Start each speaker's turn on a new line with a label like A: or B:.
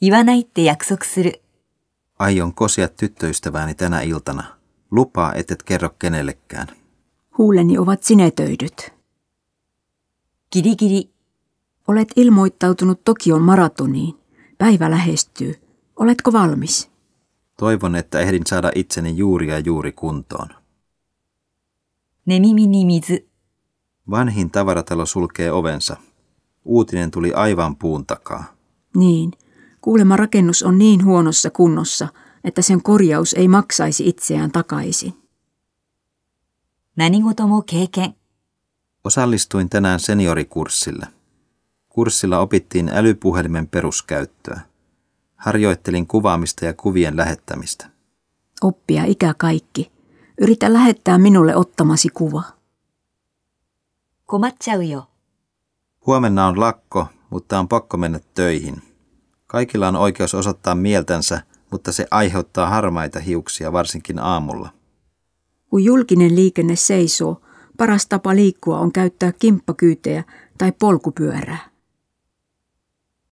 A: 言わないって約束する。
B: Aion kosia tyttöystävääni tänä iltana. Lupaa, etet kerro kenellekään.
C: Huuleni ovat sinetöidyt.
A: ギリギリ、
C: Olet ilmoittautunut Tokion maratoniin. Päivä lähestyy. Oletko valmis?
B: Toivon, että ehdin saada itseni juuri ja juuri kuntoon.
A: 寝耳に水、
B: Vanhin tavaratalo sulkee ovensa. Uutinen tuli aivan puun takaa.
C: Niin. Kuulemma rakennus on niin huonossa kunnossa, että sen korjaus ei maksaisi itseään takaisin.
A: 何事も経験、
B: Osallistuin tänään seniorikurssille. Kurssilla opittiin älypuhelimen peruskäyttöä. Harjoittelin kuvaamista ja kuvien lähettämistä.
C: Oppia ikä kaikki. Yritä lähettää minulle ottamasi kuva.
A: 困っちゃうよ。
B: Huomenna on lakko, mutta on pakko mennä töihin. Kaikilla on oikeus osoittaa mieltänsä, mutta se aiheuttaa harmaita hiuksia varsinkin aamulla.
C: Kun julkinen liikenne seisoo, paras tapa liikkua on käyttää kimppakyytejä tai polkupyörää.